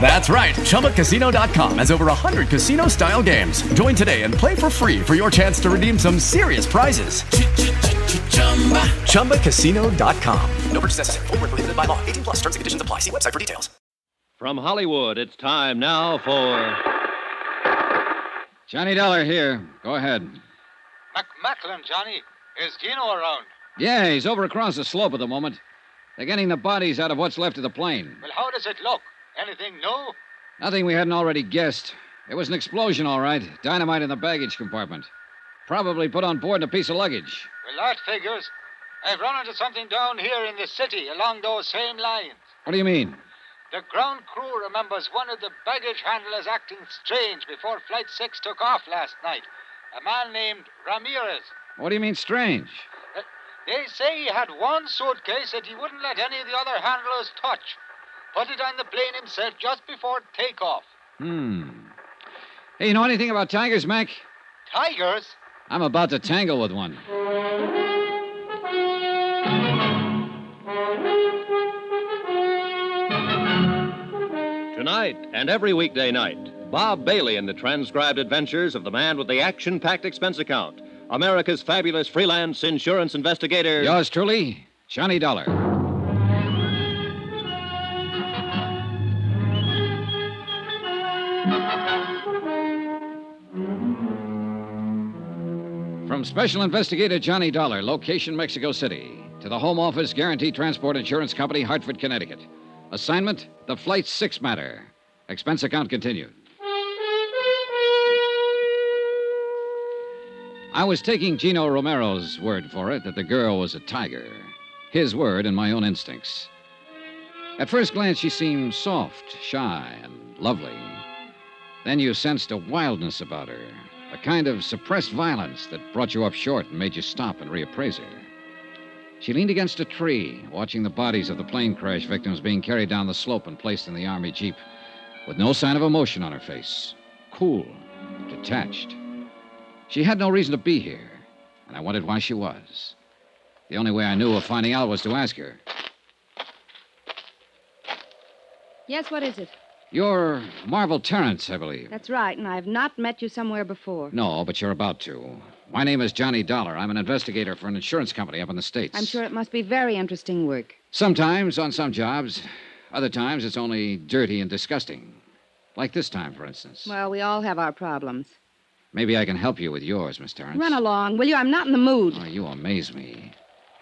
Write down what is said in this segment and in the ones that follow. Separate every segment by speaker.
Speaker 1: That's right. ChumbaCasino.com has over 100 casino-style games. Join today and play for free for your chance to redeem some serious prizes. ChumbaCasino.com.
Speaker 2: No purchase necessary. Void were prohibited by law. 18 plus. Terms and conditions apply. See website for details.
Speaker 3: From Hollywood, it's time now for. Johnny Dollar here. Go ahead.
Speaker 4: McMacklin, Johnny. Is Gino around?
Speaker 3: Yeah, he's over across the slope at the moment. They're getting the bodies out of what's left of the plane.
Speaker 4: Well, how does it look? Anything new?
Speaker 3: Nothing we hadn't already guessed. It was an explosion, all right. Dynamite in the baggage compartment. Probably put on board in a piece of luggage.
Speaker 4: Well, that figures. I've run into something down here in the city along those same lines.
Speaker 3: What do you mean?
Speaker 4: The ground crew remembers one of the baggage handlers acting strange before Flight 6 took off last night. A man named Ramirez.
Speaker 3: What do you mean, strange?
Speaker 4: Uh, They say he had one suitcase that he wouldn't let any of the other handlers touch. Put it on the plane himself just before takeoff.
Speaker 3: Hmm. Hey, you know anything about tigers, Mac?
Speaker 4: Tigers?
Speaker 3: I'm about to tangle with one. Tonight and every weekday night, Bob Bailey in the transcribed adventures of the man with the action packed expense account, America's fabulous freelance insurance investigator. Yours truly, Johnny Dollar. From Special Investigator Johnny Dollar, location Mexico City, to the Home Office Guarantee Transport Insurance Company, Hartford, Connecticut. Assignment The Flight 6 Matter. Expense account continued. I was taking Gino Romero's word for it that the girl was a tiger. His word and my own instincts. At first glance, she seemed soft, shy, and lovely. Then you sensed a wildness about her, a kind of suppressed violence that brought you up short and made you stop and reappraise her. She leaned against a tree, watching the bodies of the plane crash victims being carried down the slope and placed in the Army Jeep, with no sign of emotion on her face. Cool, detached. She had no reason to be here, and I wondered why she was. The only way I knew of finding out was to ask her.
Speaker 5: Yes, what is it?
Speaker 3: You're Marvel Terrence, I believe.
Speaker 5: That's right, and I've not met you somewhere before.
Speaker 3: No, but you're about to. My name is Johnny Dollar. I'm an investigator for an insurance company up in the States.
Speaker 5: I'm sure it must be very interesting work.
Speaker 3: Sometimes on some jobs, other times it's only dirty and disgusting. Like this time, for instance.
Speaker 5: Well, we all have our problems.
Speaker 3: Maybe I can help you with yours, Miss Terrence.
Speaker 5: Run along, will you? I'm not in the mood.
Speaker 3: Oh, you amaze me.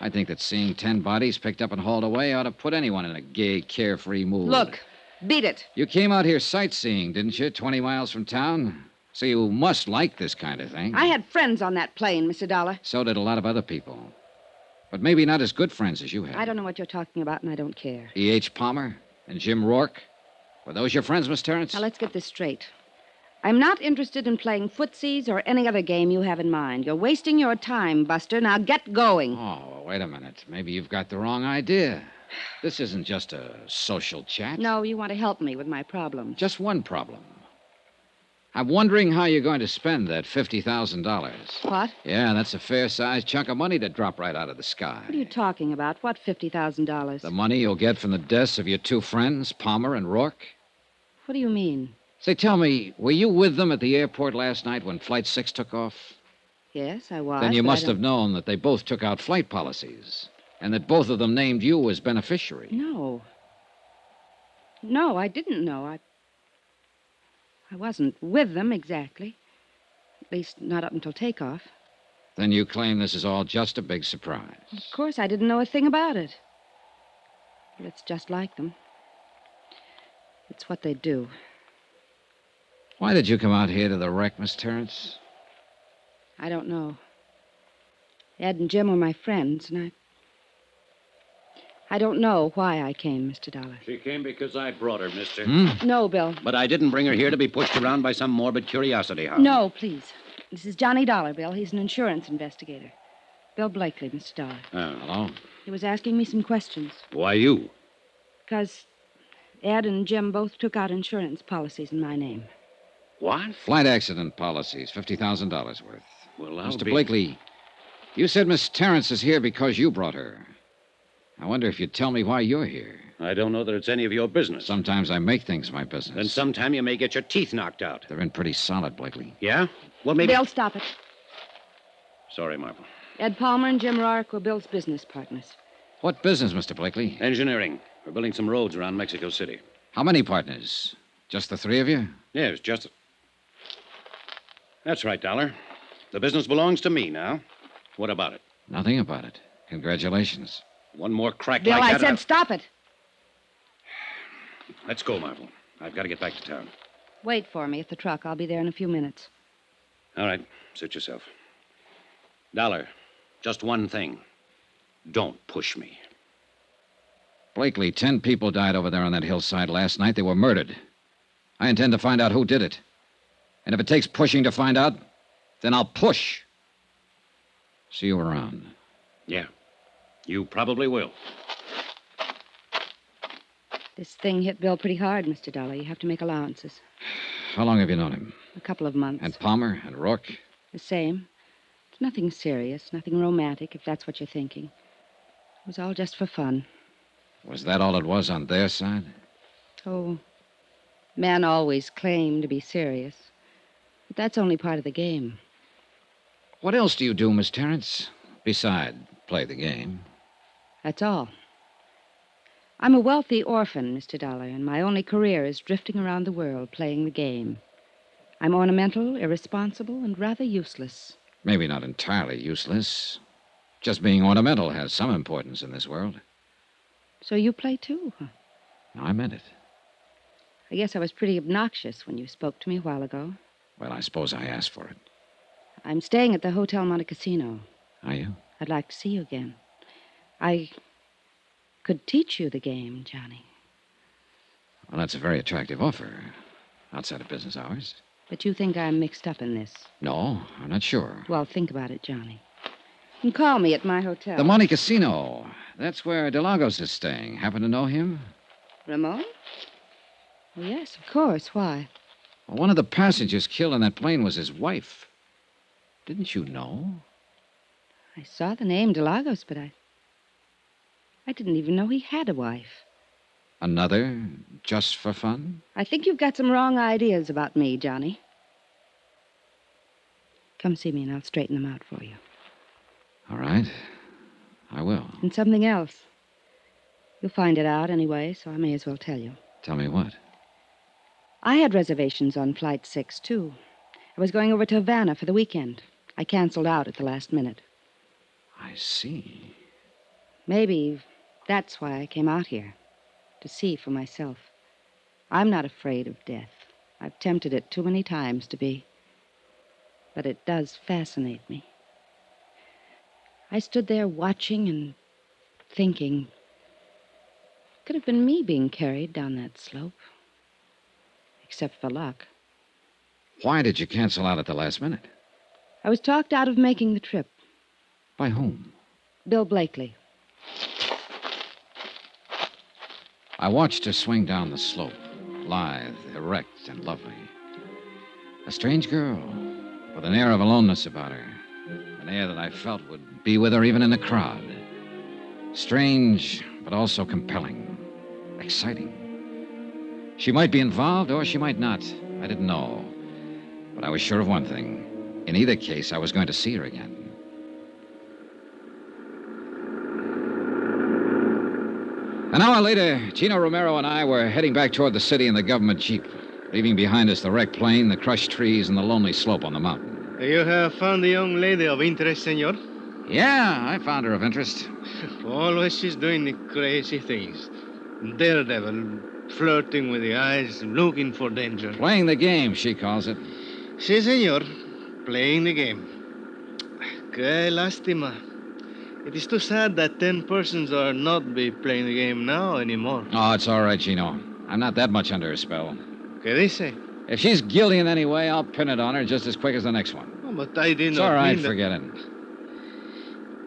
Speaker 3: I think that seeing ten bodies picked up and hauled away ought to put anyone in a gay, carefree mood.
Speaker 5: Look, beat it.
Speaker 3: You came out here sightseeing, didn't you? Twenty miles from town? So you must like this kind of thing.
Speaker 5: I had friends on that plane, Mr. Dollar.
Speaker 3: So did a lot of other people. But maybe not as good friends as you had.
Speaker 5: I don't know what you're talking about, and I don't care.
Speaker 3: E.H. Palmer and Jim Rourke? Were those your friends, Miss Terrence?
Speaker 5: Now, let's get this straight. I'm not interested in playing footsies or any other game you have in mind. You're wasting your time, Buster. Now get going.
Speaker 3: Oh, wait a minute. Maybe you've got the wrong idea. This isn't just a social chat.
Speaker 5: No, you want to help me with my problem.
Speaker 3: Just one problem. I'm wondering how you're going to spend that $50,000.
Speaker 5: What?
Speaker 3: Yeah, that's a fair sized chunk of money to drop right out of the sky.
Speaker 5: What are you talking about? What $50,000?
Speaker 3: The money you'll get from the deaths of your two friends, Palmer and Rourke?
Speaker 5: What do you mean?
Speaker 3: Say, tell me, were you with them at the airport last night when Flight 6 took off?
Speaker 5: Yes, Oh, I was.
Speaker 3: Then you
Speaker 5: but I
Speaker 3: must
Speaker 5: don't-
Speaker 3: have known that they both took out flight policies and that both of them named you as beneficiary.
Speaker 5: No. No, I didn't know. I I wasn't with them exactly. At least not up until takeoff.
Speaker 3: Then you claim this is all just a big surprise.
Speaker 5: Of course I didn't know a thing about it. Well, it's just like them. It's what they do.
Speaker 3: Why did you come out here to the wreck, Miss Terrence?
Speaker 5: I don't know. Ed and Jim were my friends, and I. I don't know why I came, Mr. Dollar.
Speaker 6: She came because I brought her, mister.
Speaker 3: Hmm?
Speaker 5: No, Bill.
Speaker 6: But I didn't bring her here to be pushed around by some morbid curiosity, hound.
Speaker 5: No, please. This is Johnny Dollar, Bill. He's an insurance investigator. Bill Blakely, Mr. Dollar.
Speaker 6: Oh.
Speaker 3: Hello?
Speaker 5: He was asking me some questions
Speaker 6: Why you?
Speaker 5: because Ed and Jim both took out insurance policies in my name.
Speaker 6: What?
Speaker 3: Flight accident policies, $50,000 worth.
Speaker 6: Well, I'll
Speaker 3: Mr.
Speaker 6: be-
Speaker 3: Blakely, you said Miss Terrence is here because you brought her. I wonder if you'd tell me why you're here.
Speaker 6: I don't know that it's any of your business.
Speaker 3: Sometimes I make things my business.
Speaker 6: And sometime you may get your teeth knocked out.
Speaker 3: They're in pretty solid, Blakely.
Speaker 6: Yeah? Well, maybe.
Speaker 5: Bill, stop it.
Speaker 6: Sorry, Marble.
Speaker 5: Ed Palmer and Jim Rorick were Bill's business partners.
Speaker 3: What business, Mr. Blakely?
Speaker 6: Engineering. We're building some roads around Mexico City.
Speaker 3: How many partners? Just the three of you?
Speaker 6: Yes, just. That's right, Dollar. The business belongs to me now. What about it?
Speaker 3: Nothing about it. Congratulations.
Speaker 6: One more crack
Speaker 5: Bill,
Speaker 6: like
Speaker 5: I
Speaker 6: that. uh,
Speaker 5: said
Speaker 6: I'll-
Speaker 5: stop it.
Speaker 6: Let's go, Marvel. I've got to get back to town.
Speaker 5: Wait for me at the truck. I'll be there in a few minutes.
Speaker 6: All right, suit yourself. Dollar, just one thing. Don't push me.
Speaker 3: Blakely, ten people died over there on that hillside last night. They were murdered. I intend to find out who did it. And if it takes pushing to find out, then I'll push. See you around.
Speaker 6: Yeah, you probably will.
Speaker 5: This thing hit Bill pretty hard, Mr. Dollar. You have to make allowances.
Speaker 3: How long have you known him?
Speaker 5: A couple of months.
Speaker 3: And Palmer and Rourke?
Speaker 5: The same. It's nothing serious, nothing romantic, if that's what you're thinking. It was all just for fun.
Speaker 3: Was that all it was on their side?
Speaker 5: Oh, men always claim to be serious. But that's only part of the game.
Speaker 3: What else do you do, Miss Terrence? Beside play the game.
Speaker 5: That's all. I'm a wealthy orphan, Mr. Dollar, and my only career is drifting around the world playing the game. I'm ornamental, irresponsible, and rather useless.
Speaker 3: Maybe not entirely useless. Just being ornamental has some importance in this world.
Speaker 5: So you play too, huh?
Speaker 3: No, I meant it.
Speaker 5: I guess I was pretty obnoxious when you spoke to me a while ago.
Speaker 3: Well, I suppose I asked for it.
Speaker 5: I'm staying at the Hotel Monte Cassino.
Speaker 3: Are you?
Speaker 5: I'd like to see you again. I could teach you the game, Johnny,
Speaker 3: Well, that's a very attractive offer. Outside of business hours?
Speaker 5: but you think I'm mixed up in this.
Speaker 3: No, I'm not sure.
Speaker 5: Well, think about it, Johnny. And call me at my hotel.
Speaker 3: The Monte Casino. That's where Delagos is staying. Happen to know him?
Speaker 5: Ramon? Oh, yes, of course. Why?
Speaker 3: Well, one of the passengers killed on that plane was his wife. Didn't you know?
Speaker 5: I saw the name Delagos, but I. I didn't even know he had a wife.
Speaker 3: Another, just for fun?
Speaker 5: I think you've got some wrong ideas about me, Johnny. Come see me and I'll straighten them out for you.
Speaker 3: All right. I will.
Speaker 5: And something else. You'll find it out anyway, so I may as well tell you.
Speaker 3: Tell me what?
Speaker 5: I had reservations on Flight 6, too. I was going over to Havana for the weekend. I canceled out at the last minute.
Speaker 3: I see.
Speaker 5: Maybe that's why I came out here to see for myself. I'm not afraid of death. I've tempted it too many times to be. But it does fascinate me. I stood there watching and thinking. Could have been me being carried down that slope. Except for luck.
Speaker 3: Why did you cancel out at the last minute?
Speaker 5: I was talked out of making the trip.
Speaker 3: By whom?
Speaker 5: Bill Blakely.
Speaker 3: I watched her swing down the slope, lithe, erect, and lovely. A strange girl, with an air of aloneness about her, an air that I felt would be with her even in the crowd. Strange, but also compelling, exciting. She might be involved or she might not. I didn't know. But I was sure of one thing. In either case, I was going to see her again. An hour later, Gino Romero and I were heading back toward the city in the government jeep, leaving behind us the wrecked plane, the crushed trees, and the lonely slope on the mountain.
Speaker 7: You have found the young lady of interest, senor.
Speaker 3: Yeah, I found her of interest.
Speaker 7: Always she's doing the crazy things. Daredevil, flirting with the eyes, looking for danger.
Speaker 3: Playing the game, she calls it.
Speaker 7: Si, senor. Playing the game. Que lastima. It is too sad that ten persons are not be playing the game now anymore.
Speaker 3: Oh, it's all right, Gino. I'm not that much under her spell.
Speaker 7: Que dice?
Speaker 3: If she's guilty in any way, I'll pin it on her just as quick as the next one.
Speaker 7: Oh, but I did
Speaker 3: It's
Speaker 7: not
Speaker 3: all right,
Speaker 7: mean that-
Speaker 3: forget it.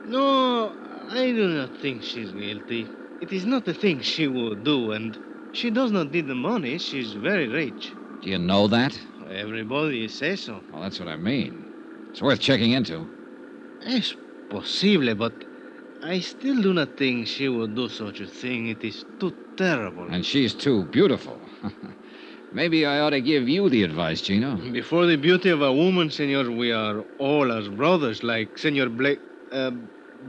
Speaker 7: No, I do not think she's guilty. It is not a thing she would do, and she does not need the money. She's very rich.
Speaker 3: Do you know that?
Speaker 7: Everybody says so.
Speaker 3: Well, that's what I mean. It's worth checking into.
Speaker 7: Es posible, but I still do not think she would do such a thing. It is too terrible.
Speaker 3: And she's too beautiful. Maybe I ought to give you the advice, Gino.
Speaker 7: Before the beauty of a woman, senor, we are all as brothers, like Senor Blake, uh,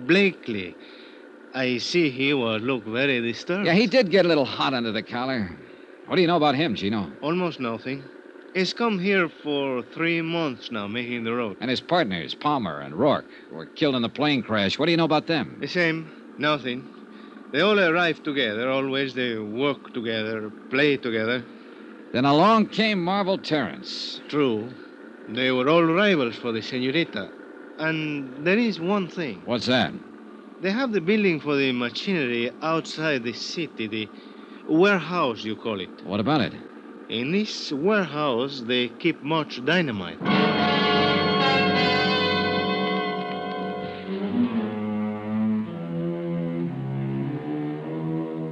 Speaker 7: Blakely. I see he was look very disturbed.
Speaker 3: Yeah, he did get a little hot under the collar. What do you know about him, Gino?
Speaker 7: Almost nothing. He's come here for three months now, making the road.
Speaker 3: And his partners, Palmer and Rourke, who were killed in the plane crash. What do you know about them?
Speaker 7: The same, nothing. They all arrive together, always they work together, play together.
Speaker 3: Then along came Marvel Terrence.
Speaker 7: True. They were all rivals for the senorita. And there is one thing.
Speaker 3: What's that?
Speaker 7: They have the building for the machinery outside the city, the warehouse, you call it.
Speaker 3: What about it?
Speaker 7: In this warehouse, they keep much dynamite.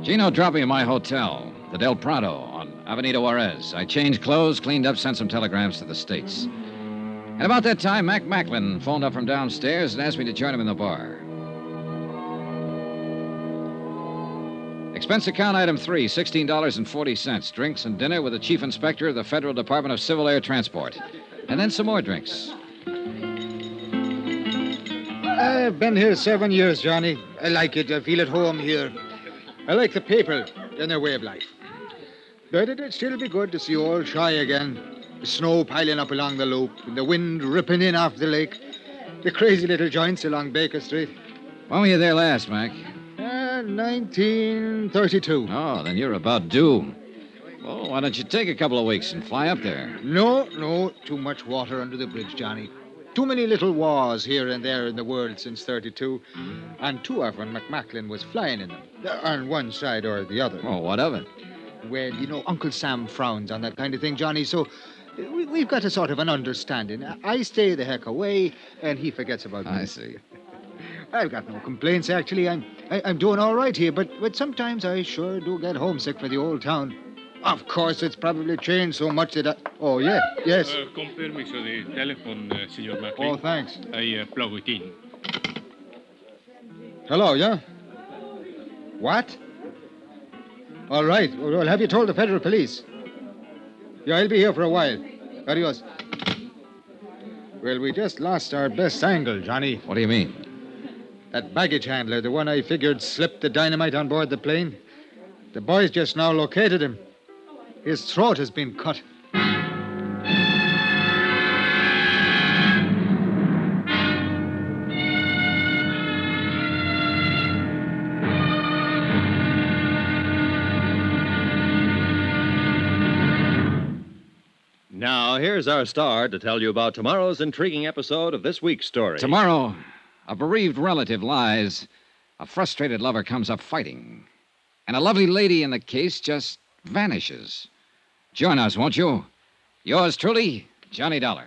Speaker 3: Gino dropped me at my hotel, the Del Prado, on Avenida Juarez. I changed clothes, cleaned up, sent some telegrams to the States. And about that time, Mac Macklin phoned up from downstairs and asked me to join him in the bar. Expense account item three, sixteen dollars and forty cents. Drinks and dinner with the chief inspector of the Federal Department of Civil Air Transport. And then some more drinks.
Speaker 8: I've been here seven years, Johnny. I like it. I feel at home here. I like the people and their way of life. But it'd still be good to see old Shy again. The snow piling up along the loop, and the wind ripping in off the lake, the crazy little joints along Baker Street.
Speaker 3: When were you there last, Mac?
Speaker 8: Ah, 1932.
Speaker 3: Oh, then you're about due. Well, why don't you take a couple of weeks and fly up there?
Speaker 8: No, no, too much water under the bridge, Johnny. Too many little wars here and there in the world since 32, and too often McMacklin was flying in them, uh, on one side or the other.
Speaker 3: Well, Oh, what of it?
Speaker 8: Well, you know, Uncle Sam frowns on that kind of thing, Johnny, so uh, we, we've got a sort of an understanding. I- I stay the heck away, and he forgets about me.
Speaker 3: I see.
Speaker 8: I've got no complaints, actually. I'm, I, I'm doing all right here, but, but sometimes I sure do get homesick for the old town. Of course, it's probably changed so much that I... Oh, yeah, yes.
Speaker 9: Uh, con permiso de teléfono, eh, señor Macklin.
Speaker 8: Oh, thanks.
Speaker 9: I uh, plug it in.
Speaker 8: Hello, yeah? What? All right. Well, have you told the federal police? Yeah, I'll be here for a while. Adios. Well, we just lost our best angle, Johnny.
Speaker 3: What do you mean?
Speaker 8: That baggage handler, the one I figured slipped the dynamite on board the plane. The boys just now located him. His throat has been cut.
Speaker 10: Now, here's our star to tell you about tomorrow's intriguing episode of this week's story.
Speaker 3: Tomorrow, a bereaved relative lies, a frustrated lover comes up fighting, and a lovely lady in the case just vanishes. Join us, won't you? Yours truly, Johnny Dollar.